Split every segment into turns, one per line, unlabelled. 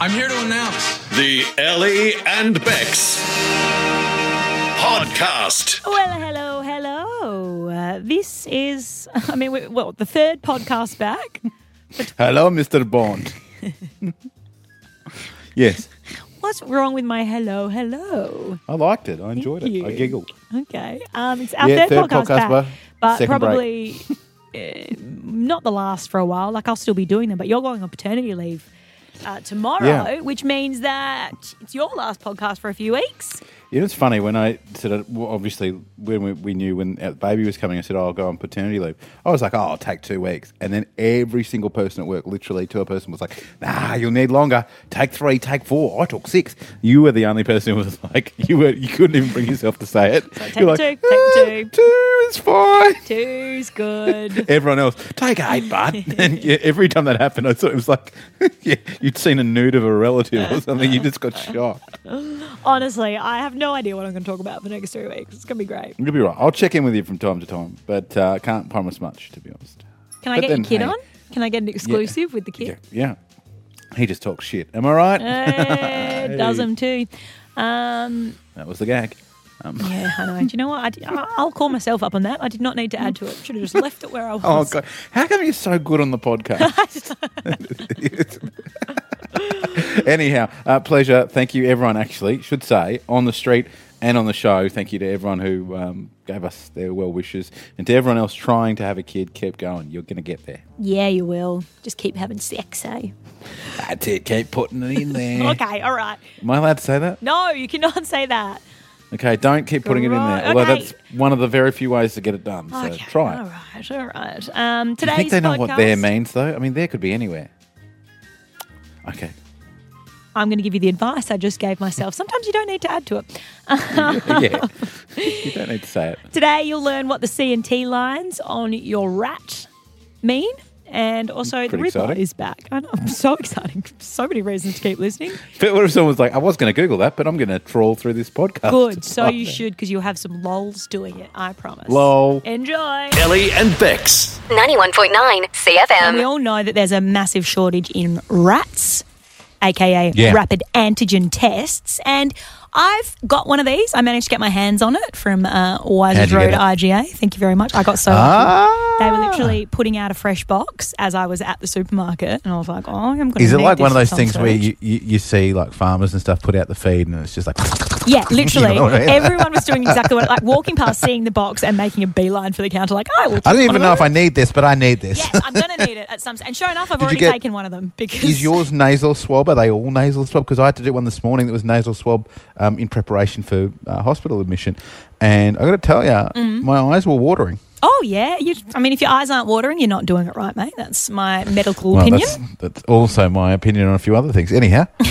I'm here to announce.
The Ellie and Bex podcast.
Well, hello, hello. Uh, this is, I mean, we, well, the third podcast back.
Hello, Mr. Bond. yes,
What's wrong with my hello, hello?
I liked it. I enjoyed it.
you.
I giggled.
Okay. Um, it's our
Yeah,
third,
third
podcast,
podcast
back,
back.
but
Second
probably uh, not the last for a while. Like, I'll still be doing them, but you're going on paternity leave. Uh, tomorrow,
Yeah.
which means that it's your last podcast for a few weeks.
It was funny when I said, uh, well, obviously, when we, we knew when our baby was coming, I said, oh, I'll go on paternity leave. I was like, oh, I'll take two weeks. And then every single person at work, literally to a person, was like, nah, you'll need longer. Take three, take four. I took six. You were the only person who was like, you were, you couldn't even bring yourself to say it.
take
You're like,
two, take
"Ah,
two."
Two is fine.
Two's good.
Everyone else, take eight, bud. and yeah, every time that happened, I thought it was like, yeah, you'd seen a nude of a relative or something. You just got shocked.
Honestly, I have no idea what I'm going to talk about for the next three weeks. It's going to be great.
You'll be right. I'll check in with you from time to time, but uh, can't promise much, to be honest.
Can I
But
get your
then,
kid
hey.
on? Can I get an exclusive with the kid?
Yeah. He just talks shit. Am I right?
Eh, does them too. Um,
That was the gag.
yeah, I know. Do you know what? I did, I- I'll call myself up on that. I did not need to add to it. Should have just left it where I was.
Oh, God. How come you're so good on the podcast? Anyhow, uh, pleasure. Thank you, everyone, actually, should say, on the street and on the show. Thank you to everyone who um, gave us their well wishes and to everyone else trying to have a kid. Keep going. You're going to get there.
Yeah, you will. Just keep having sex, eh?
That's it. Keep putting it in there.
Okay, all right.
Am I allowed to say that?
No, you cannot say that.
Okay, don't keep putting it in
Right,
there. Although
okay.
that's one of the very few ways to get it done. So
Okay,
try
All
it.
right, all right. Um,
Do
today's
you think they know
podcast,
what there means, though? I mean, there could be anywhere. Okay.
I'm going to give you the advice I just gave myself. Sometimes you don't need to add to it.
yeah. you don't need to say it.
Today, you'll learn what the C and T lines on your rat mean. And also, the
Pretty
Ripper
exciting.
is back. I know, I'm so exciting. So many reasons to keep listening.
But what if someone was like, I was going to Google that, but I'm going to trawl through this podcast. Oh.
Good.
to
So
find
you
it."
should, because you'll have some lols doing it. I promise.
Lol.
Enjoy.
Ellie and Bex.
91.9
We
CFM.
all know that there's a massive shortage in rats, aka
Yeah.
rapid antigen tests, and I've got one of these. I managed to get my hands on it from uh,
How'd
Wiser's
you
Road
get it?
IGA. Thank you very much. I got so
Ah.
lucky. They were literally putting out a fresh box as I was at the supermarket, and I was like, "Oh, I'm going to."
Is it like one of those things where you, you, you see like farmers and stuff put out the feed and it's just like
Yeah, literally.
You know what I mean?
Everyone was doing exactly what, like walking past, seeing the box, and making a beeline for the counter. Like, I will.
I don't
take one
even
of
know if I
those."
need this, but I need this.
Yes, I'm going to need it at some. And sure enough, I've
you
already
get-
taken one of them because
Is yours nasal swab? Are they all nasal swab? Because I had to do one this morning that was nasal swab um, in preparation for uh, hospital admission, and I got to tell you,
Mm-hmm.
my eyes were watering.
Oh yeah, you, I mean, if your eyes aren't watering, you're not doing it right, mate. That's my medical opinion.
that's, that's also my opinion on a few other things. Anyhow,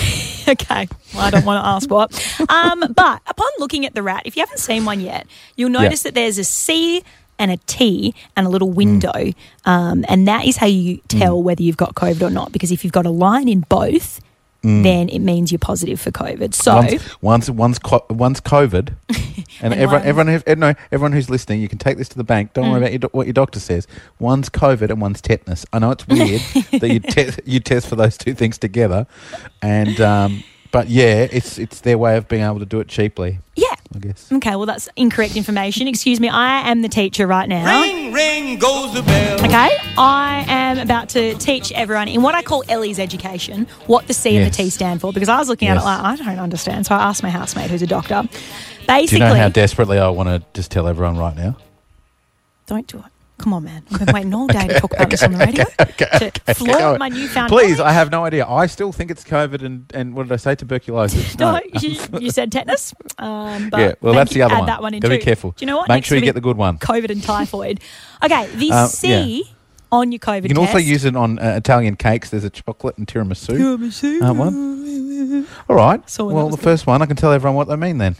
okay, well, I don't want to ask what. Um, but upon looking at the rat, if you haven't seen one yet, you'll notice that there's a C and a T and a little window, um, and that is how you tell whether you've got COVID or not. Because if you've got a line in both. Then it means you're positive for COVID. So,
once once once, co- once COVID, and, everyone
one's-
everyone who, no everyone who's listening, you can take this to the bank. Don't worry
Mm.
about your do- what your doctor says. One's COVID and one's tetanus. I know it's weird that you te- you test for those two things together, and um, but yeah, it's it's their way of being able to do it cheaply,
yeah.
I guess.
Okay, well, that's incorrect information. Excuse me, I am the teacher right now.
Ring, ring goes the bell.
Okay, I am about to teach everyone in what I call Ellie's education what the C and the
Yes.
T stand for because I was looking at it
Yes.
like I don't understand. So I asked my housemate who's a doctor. Basically,
Do you know how desperately I want to just tell everyone right now?
don't do it. Come on, man. I've been waiting all day to talk about this on the radio to flaunt
Go on.
my newfound.
Please, I
knowledge.
have no idea. I still think it's COVID and, and what did I say? Tuberculosis.
No, you, you said tetanus. Um, but
Yeah, well,
thank
that's
you.
the other
Add
one.
That one in
Gotta be
too.
careful.
Do you know what?
Make
Next
sure you
it'll
get
be
the good one.
COVID and typhoid. Okay, the
Um,
C on your COVID
You can also
test.
use it on uh, Italian cakes. There's a chocolate and tiramisu.
Tiramisu.
Uh,
Mm.
one. All right.
Saw that
well,
was
the first one, I can tell everyone what they mean then.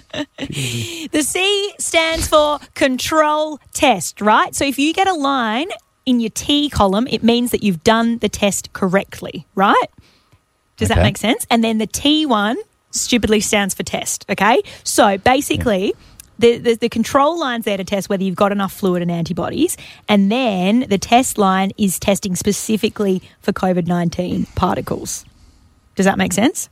The C stands for control test, right? So if you get a line in your T column, it means that you've done the test correctly, right? Does that
Okay.
make sense? And then the T one stupidly stands for test, okay? So basically, the, the, the control line's there to test whether you've got enough fluid and antibodies. And then the test line is testing specifically for COVID 19 particles. Does that make sense?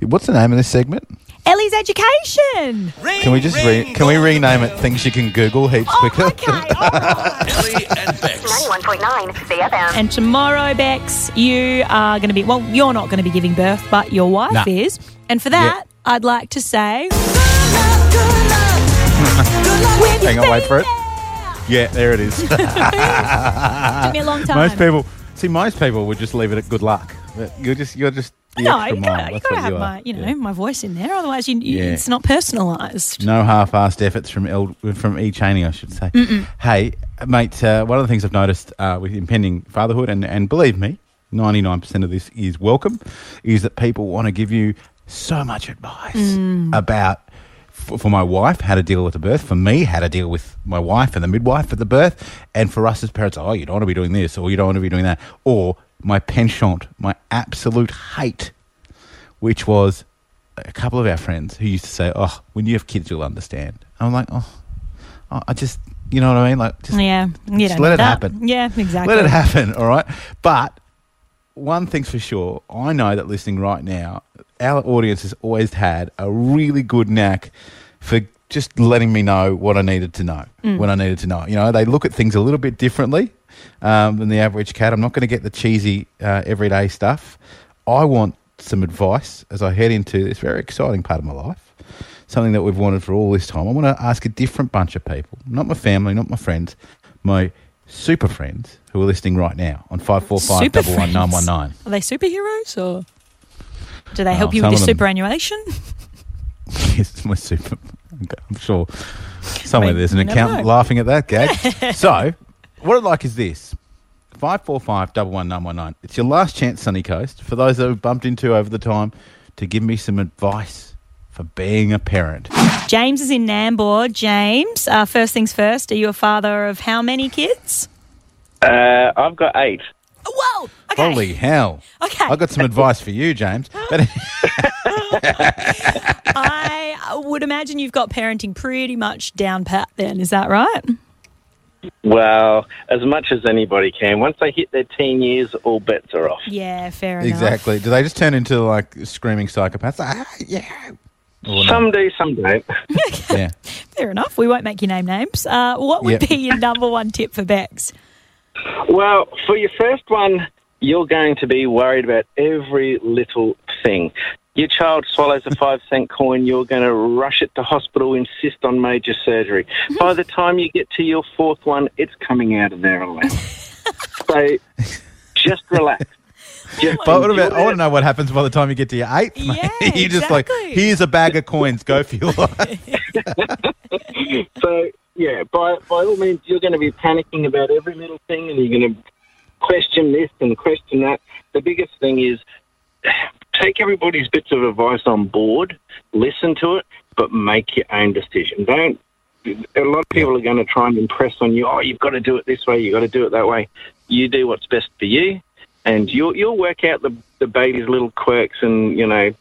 What's the name of this segment?
Ellie's education.
Can we just re- can we rename it things you can Google heaps
Oh,
quicker?
okay. all right.
Ellie and Bex.
91.9 CFM.
And tomorrow, Bex, you are going to be, well, you're not going to be giving birth, but your wife
Nah.
is. And for that, I'd like to say,
Hang on, wait for it. Yeah, there it is.
took me a long time.
Uh, most people see most people would just leave it at good luck. But You're just you're just the
no,
extra
you
mile.
gotta, you
That's
gotta
what
have
you are.
my, you know,
Yeah.
my voice in there. Otherwise, you, you-
Yeah.
it's not personalised.
No half-assed efforts from El, from E Cheney, I should say. Hey, mate, uh, one of the things I've noticed uh, with impending fatherhood, and, and believe me, ninety nine percent of this is welcome, is that people want to give you so much advice about. For for my wife, how to deal with the birth. For me, how to deal with my wife and the midwife at the birth. And for us as parents, oh, you don't want to be doing this, or you don't want to be doing that. Or my penchant, my absolute hate which was a couple of our friends who used to say, "Oh, when you have kids, you'll understand." I'm like, "Oh, I I just, you know what I mean? Like, just
Yeah, you
Just
don't
let
need
it
that.
happen.
Yeah, exactly.
let it happen, all right?" But one thing's for sure, I know that listening right now, our audience has always had a really good knack for just letting me know what I needed to know when I needed to know. You know, they look at things a little bit differently um, than the average cat. I'm not going to get the cheesy uh, everyday stuff. I want some advice as I head into this very exciting part of my life. Something that we've wanted for all this time. I want to ask a different bunch of people, not my family, not my friends, my super friends who are listening right now on five four five
Super
double one nine one nine.
Are they superheroes or do they help
Oh,
you with
some
your
of them.
superannuation?
Yes, it's my super. I'm sure somewhere
Mate,
there's an
you never
accountant
know.
laughing at that gag. so, what I'd like is this. 545 11919. It's your last chance, Sunny Coast, for those that have bumped into over the time, to give me some advice for being a parent.
James is in Nambour. James, uh, first things first, are you a father of how many kids?
Uh, I've got eight.
Whoa! Okay.
Holy hell.
Okay.
I've got some advice for you, James. But
I would imagine you've got parenting pretty much down pat then, is that right?
Well, as much as anybody can. Once they hit their teen years, all bets are off.
Yeah, fair enough.
exactly. Do they just turn into like screaming psychopaths? Ah, yeah. Or no?
Some do, some don't.
Yeah.
Fair enough. We won't make your name names. Uh, what would
Yep.
be your number one tip for Bex?
Well, for your first one, you're going to be worried about every little thing. Your child swallows a five cent coin, you're going to rush it to hospital, insist on major surgery. By the time you get to your fourth one, it's coming out of their allowance. so just relax. Just
But what about,
enjoy
I want
it.
to know what happens by the time you get to your eighth. mate.
Yeah,
You're just like,
exactly.
here's a bag of coins, go for your life.
So yeah, by by all means, you're going to be panicking about every little thing, and you're going to question this and question that. The biggest thing is take everybody's bits of advice on board, listen to it, but make your own decision. Don't. A lot of people are going to try and impress on you. Oh, you've got to do it this way. You've got to do it that way. You do what's best for you, and you'll you'll work out the the baby's little quirks and you know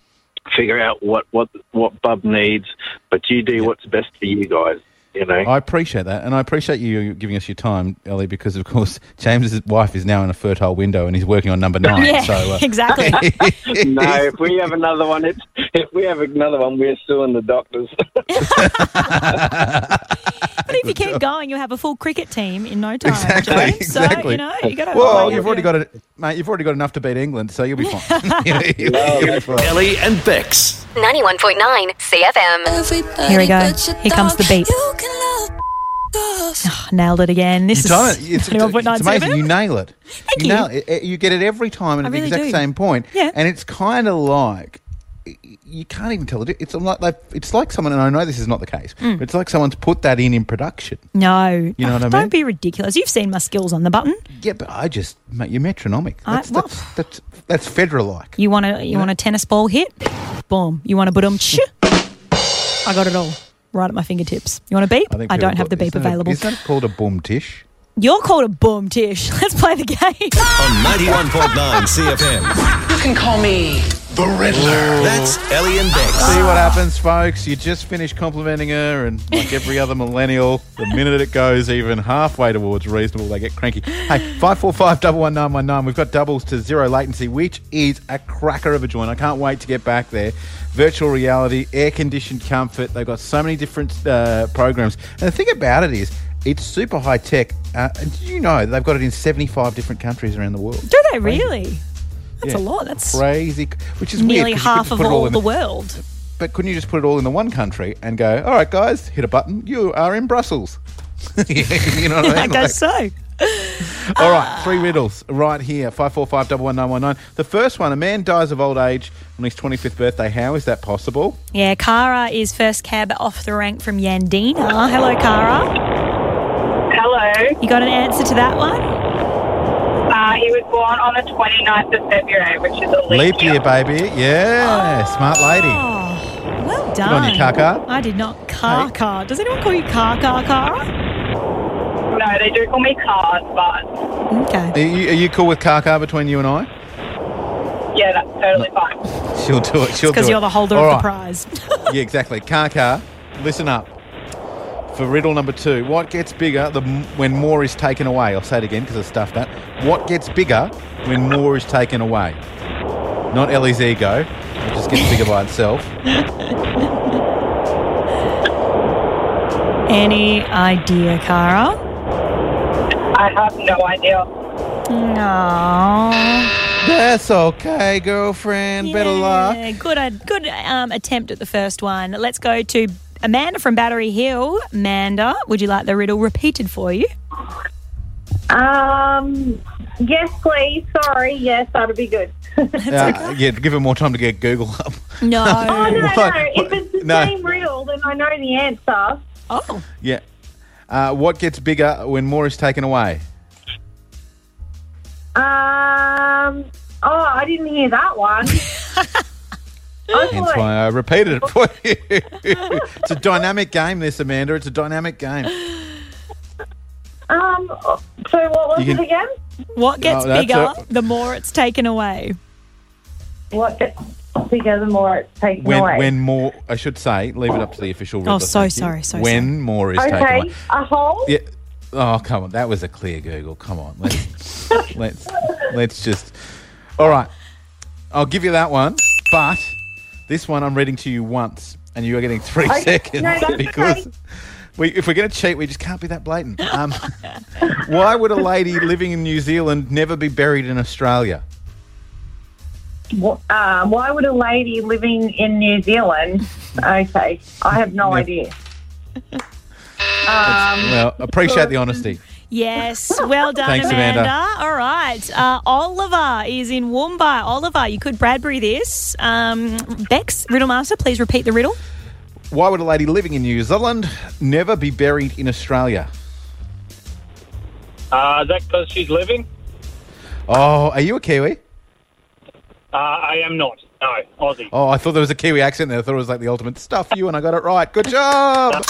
figure out what what what bub needs. But you do what's best for you guys. You know.
I appreciate that. And I appreciate you giving us your time, Ellie, because, of course, James's wife is now in a fertile window and he's working on number nine.
Yeah,
So, uh,
exactly.
no, if we have another one, it's, if we have another one, we're suing the doctors.
But if you keep going, you'll have a full cricket team in no time.
Exactly,
Joe. So,
exactly.
you know, you got to.
well, you've already got it, mate. You've already got enough to beat England, so you'll be fine. You'll- you'll be fine.
Ellie and Bex.
91.9 CFM.
Here we go. Here comes the beat. Nailed it again. This
You
is
time it. It's, it's- it's
21.97.
amazing. You nail it. Thank
you.
Nail it. It- You get it every time and
I
at
really
the exact
do.
same point.
Yeah.
And it's kind of like you can't even tell it. It's like they've- it's like someone, and I know this is not the case,
Mm.
but it's like someone's put that in in production.
No,
You know what I mean?
Don't be ridiculous. You've seen my skills on the button.
Yeah, but I just mate, you're metronomic.
I-
That's
well-
that's, that's that's federal like.
You want a you want a tennis ball hit? Boom. You want a budumch? I got it all right at my fingertips. You want a beep? I, don't have the beep available.
Is that called a boom tish?
You're called a boom
Um,
tish. Let's play the game.
On 91.9 CFM.
You can call me
The Riddler. That's Ellie and Bex.
See what happens, folks. You just finish complimenting her, and like every other millennial, the minute it goes even halfway towards reasonable, they get cranky. Hey, five four five double one nine one nine. We've got doubles to zero latency, which is a cracker of a joint. I can't wait to get back there. Virtual reality, air conditioned comfort. They've got so many different uh, programs, and the thing about it is. It's super high tech. Uh, and did you know they've got it in 75 different countries around the world?
Do they really? That's a
Yeah.
lot. That's
Crazy. Which is weird.
nearly
'cause you
half
couldn't
of
put it
all
in
the world.
but couldn't you just put it all in the one country and go, all right, guys, hit a button, you are in Brussels? you know what I
I
mean?
guess so.
Like, all right, three riddles right here 545 11919. The first one a man dies of old age on his 25th birthday. How is that possible?
Yeah, Kara is first cab off the rank from Yandina. Hello, Kara.
Hello.
You got an answer to that one?
Uh, he was born on the 29th of February, which is a
Leap year, baby. Yeah, smart lady.
Oh, well done.
on you, Kaka.
I did not. Kaka. Does anyone call you Kaka, Kara?
No, they do call me Cars, but
Okay.
Are you, are you cool with car car between you and I?
yeah, that's totally fine.
She'll do it. She'll do it.
Because you're the holder
All
of the
right.
prize.
Yeah, exactly. Car car, listen up. For riddle number two, what gets bigger the m- when more is taken away? I'll say it again because I stuffed that. What gets bigger when more is taken away? Not Ellie's ego. It just gets bigger by itself.
Any idea, Kara?
I have no idea.
No.
That's okay, girlfriend. Better luck.
Yeah, Good, uh, good um, attempt at the first one. Let's go to Amanda from Battery Hill. Amanda, would you like the riddle repeated for you?
Um, yes, please. Sorry. Yes, that'd be good.
Uh, Yeah, give her more time to get Google up.
No.
Oh, no,
What?
no. If it's the
No.
same riddle, then I know the answer.
Oh,
Yeah. Uh, what gets bigger when more is taken away?
Um, oh, I didn't hear that one. oh,
Hence why I repeated it for you. it's a dynamic game, this, Amanda. It's a dynamic game.
um, so what was
You can-
it again?
what gets
No, that's
bigger,
it.
the more it's taken away.
What gets bigger the more it's taken
when
away?
when more I should say, leave it up to the official. Riddler,
so
thank you.
sorry, so
when more is taken
okay,
away.
a hole.
Yeah. Oh come on, that was a clear Google. Come on, let's let's let's just. All right, I'll give you that one, but this one I'm reading to you once, and you are getting three seconds
no, that's
because
okay.
we, if we're going to cheat, we just can't be that blatant. Um, why would a lady living in New Zealand never be buried in Australia?
Wh- Um, why would a lady living in New Zealand? Okay, I have no idea.
Well, appreciate the honesty.
Yes, well done,
Thanks,
Amanda.
Amanda.
All right, uh, Oliver is in Woomba. Oliver, you could Bradbury this. Um, Bex, riddle master, please repeat the riddle.
Why would a lady living in New Zealand never be buried in Australia?
Uh, is that because she's living?
Oh, are you a Kiwi?
Uh, I am not. No, Aussie.
Oh, I thought there was a Kiwi accent there. I thought it was like the ultimate stuff you, and I got it right. Good job.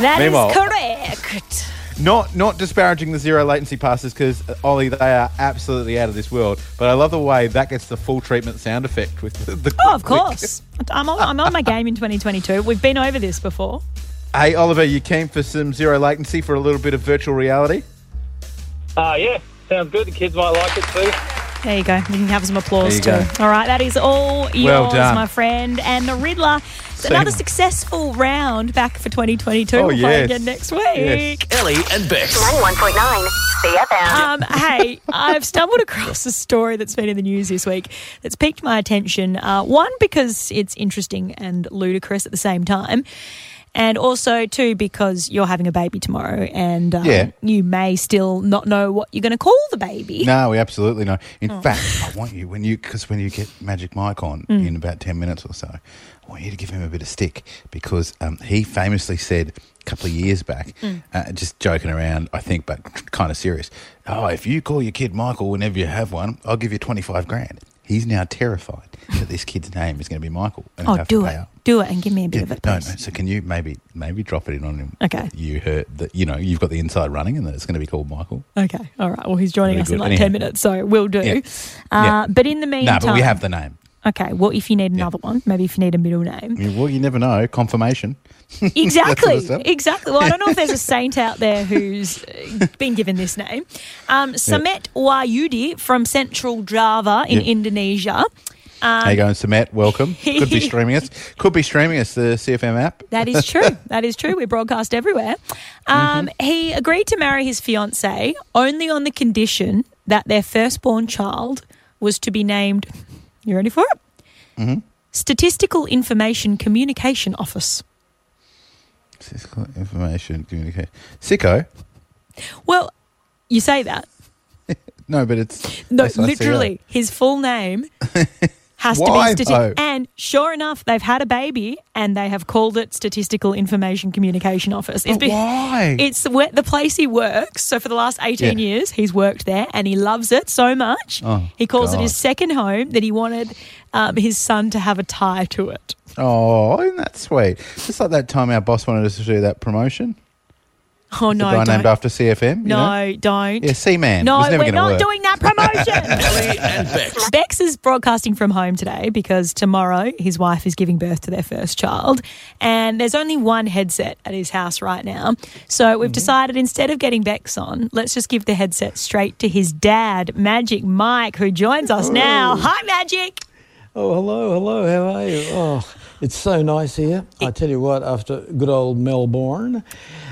That is
Meanwhile-
correct.
Not not disparaging the zero latency passes because Ollie, they are absolutely out of this world. But I love the way that gets the full treatment sound effect with the. the
Oh, of course. I'm on, I'm on my game in 2022. We've been over this before.
Hey, Oliver, you came for some zero latency for a little bit of virtual reality?
Uh, yeah, sounds good. The kids might like it too.
There you go. We can have some applause too.
There you
All right, that is all yours,
done.
my friend. And the Riddler, it's
Same.
another successful round back for 2022.
Oh,
we'll play
yes.
again next week.
Yes.
Ellie and Bex.
91.9 CFM.
Um, hey, I've stumbled across a story that's been in the news this week that's piqued my attention. Uh, one, because it's interesting and ludicrous at the same time. And also, two, because you're having a baby tomorrow and um,
Yeah.
you may still not know what you're going to call the baby.
No, we absolutely know. In
Oh.
fact, I want you when you because when you get Magic Mike on
Mm.
in about ten minutes or so, I want you to give him a bit of stick because um, he famously said a couple of years back,
Mm.
uh, just joking around, I think, but kind of serious. Oh, if you call your kid Michael whenever you have one, I'll give you twenty five grand. He's now terrified that this kid's name is going to be Michael. And he'll
Oh,
have to
do
pay
it.
up.
Do it and give me a bit
Yeah,
of it,
no, no.
please.
So can you maybe maybe drop it in on him?
Okay.
that You heard that you know you've got the inside running and that it's going to be called Michael.
Okay. All right. Well, he's joining
Very
us in
good.
like
Anyhow.
10 minutes, so we'll do.
Yeah.
Uh,
Yeah.
But in the
no,
meantime.
but we have the name.
Okay. Well, if you need another one, maybe if you need a middle name.
I mean, well, you never know. Confirmation.
Exactly.
stuff.
exactly. Well, I don't know if there's a saint out there who's uh, been given this name. Um, Samet Wayudi from Central Java in
Yeah.
Indonesia.
How you going, Samet? Welcome. Could be streaming us. Could be streaming us the CFM app.
That is true. that is true. We broadcast everywhere. Um, He agreed to marry his fiancee only on the condition that their firstborn child was to be named. You ready for it? Statistical Information Communication Office.
Statistical information communication. Sicko.
Well, you say that.
No, but it's
No,
S I C O.
literally, his full name has
Why,
to be
though?
statistical. And sure enough, they've had a baby and they have called it Statistical Information Communication Office. It's
But why?
It's the where, the place he works. So for the last 18
Yeah.
years, he's worked there and he loves it so much.
Oh,
he calls it
God.
his second home that he wanted um, his son to have a tie to it.
Oh, isn't that sweet? Just like that time our boss wanted us to do that promotion.
Oh,
The
no.
guy
Don't.
named after CFM. you
no,
know?
don't.
Yeah, Seaman.
No,
It was never
we're
gonna
not
work.
doing that promotion.
Ellie and Bex.
Bex is broadcasting from home today because tomorrow his wife is giving birth to their first child, and there's only one headset at his house right now. So we've decided instead of getting Bex on, let's just give the headset straight to his dad, Magic Mike, who joins us now. Hi, Magic.
Oh, hello, hello. How are you? Oh, it's so nice here. I tell you what, after good old Melbourne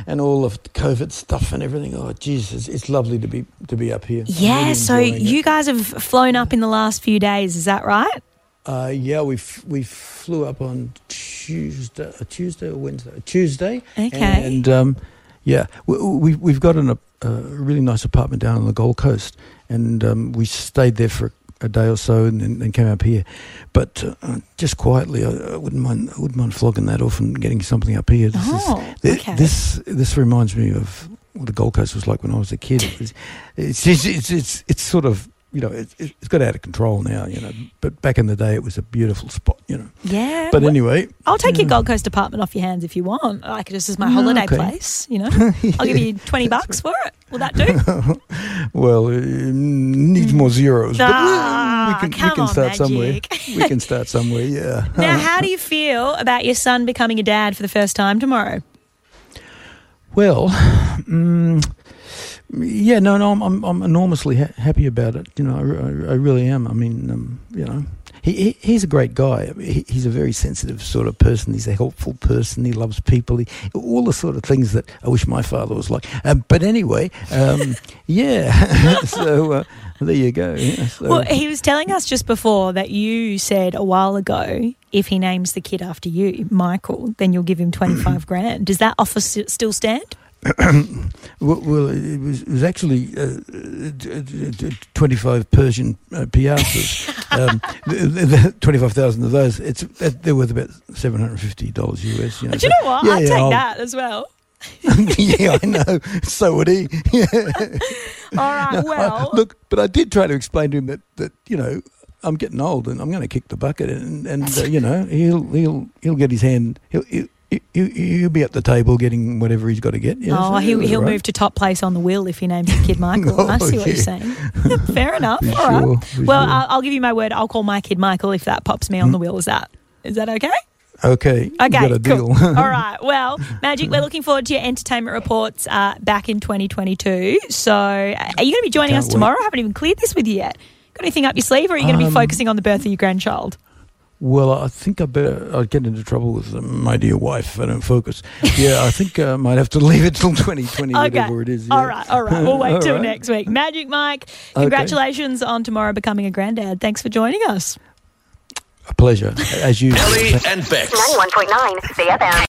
and all of the COVID stuff and everything, oh, Jesus, it's lovely to be to be up here. I'm
Yeah,
really
so
enjoying it.
you guys have flown up in the last few days, is that right?
Uh, yeah, we f- we flew up on Tuesday, uh, Tuesday or Wednesday, Tuesday.
Okay.
And um, yeah, we, we we've got an, ap- a really nice apartment down on the Gold Coast, and um, we stayed there for a day or so, and then and came up here. But uh, just quietly, I, I wouldn't mind. I wouldn't mind flogging that off and getting something up here. This
Oh,
is, thi-
okay.
This this reminds me of what the Gold Coast was like when I was a kid. It was- It's it's it's it's, it's sort of you know it, it- it's got out of control now. You know, but back in the day, it was a beautiful spot. You know,
Yeah.
but anyway,
I'll take your
Yeah.
Gold Coast apartment off your hands if you want. Like this is my
No,
holiday
okay.
place, you know. I'll give you twenty bucks for it. Will that do? Mm.
well, it needs more zeros.
Ah,
but we can
come
we can
on,
start somewhere.
Magic.
we can start somewhere. Yeah.
Now, how do you feel about your son becoming a dad for the first time tomorrow?
Well, mm, yeah, no, no, I'm, I'm, I'm enormously ha- happy about it. You know, I, re- I really am. I mean, um, you know, he, he he's a great guy. I mean, He, he's a very sensitive sort of person. He's a helpful person. He loves people. He, all the sort of things that I wish my father was like. Um, but anyway, um, yeah. so uh, there you go. Yeah, so-
Well, he was telling us just before that you said a while ago if he names the kid after you, Michael, then you'll give him 25 grand. Does that offer s- still stand?
Well, well it, was, it was actually uh, d- d- d- 25 Persian uh, piastres, um, th- th- th- 25,000 of those. It's uh, They're worth about $750 US. You know,
Do you
so-
know what?
Yeah,
I'd
yeah,
take
I'll-
that as well.
yeah, I know. So would he. Yeah.
All right, well.
Look, but I did try to explain to him that, that you know, I'm getting old and I'm going to kick the bucket and, and uh, you know, he'll, he'll, he'll get his hand, he'll, he'll, he'll, he'll be at the table getting whatever he's got to get. Yeah,
Oh,
so it
he'll,
was
he'll
all right.
move to top place on the wheel if he names his kid Michael. I
Oh,
see what you're
yeah.
saying. Fair enough. All right.
sure, for
well,
sure. Hmm.
I'll, I'll give you my word. I'll call my kid Michael if that pops me on the wheel. Is that is that okay?
Okay. you
Okay,
got a
cool.
deal.
All right. Well, Magic, we're looking forward to your entertainment reports uh, back in 2022. So, uh, are you going to be joining
Can't
us tomorrow?
wait.
I haven't even cleared this with you yet. Got anything up your sleeve, or are you going to be
Um,
focusing on the birth of your grandchild?
Well, I think I better. I'd get into trouble with uh, my dear wife if I don't focus. Yeah, I think uh, I might have to leave it till 2020,
Okay.
whatever it is.
All
yeah.
right. All right. We'll wait
All
till
right.
next week. Magic Mike,
Okay.
congratulations on tomorrow becoming a granddad. Thanks for joining us.
A pleasure, as usual.
Ellie and Bex.
91.9 CFM.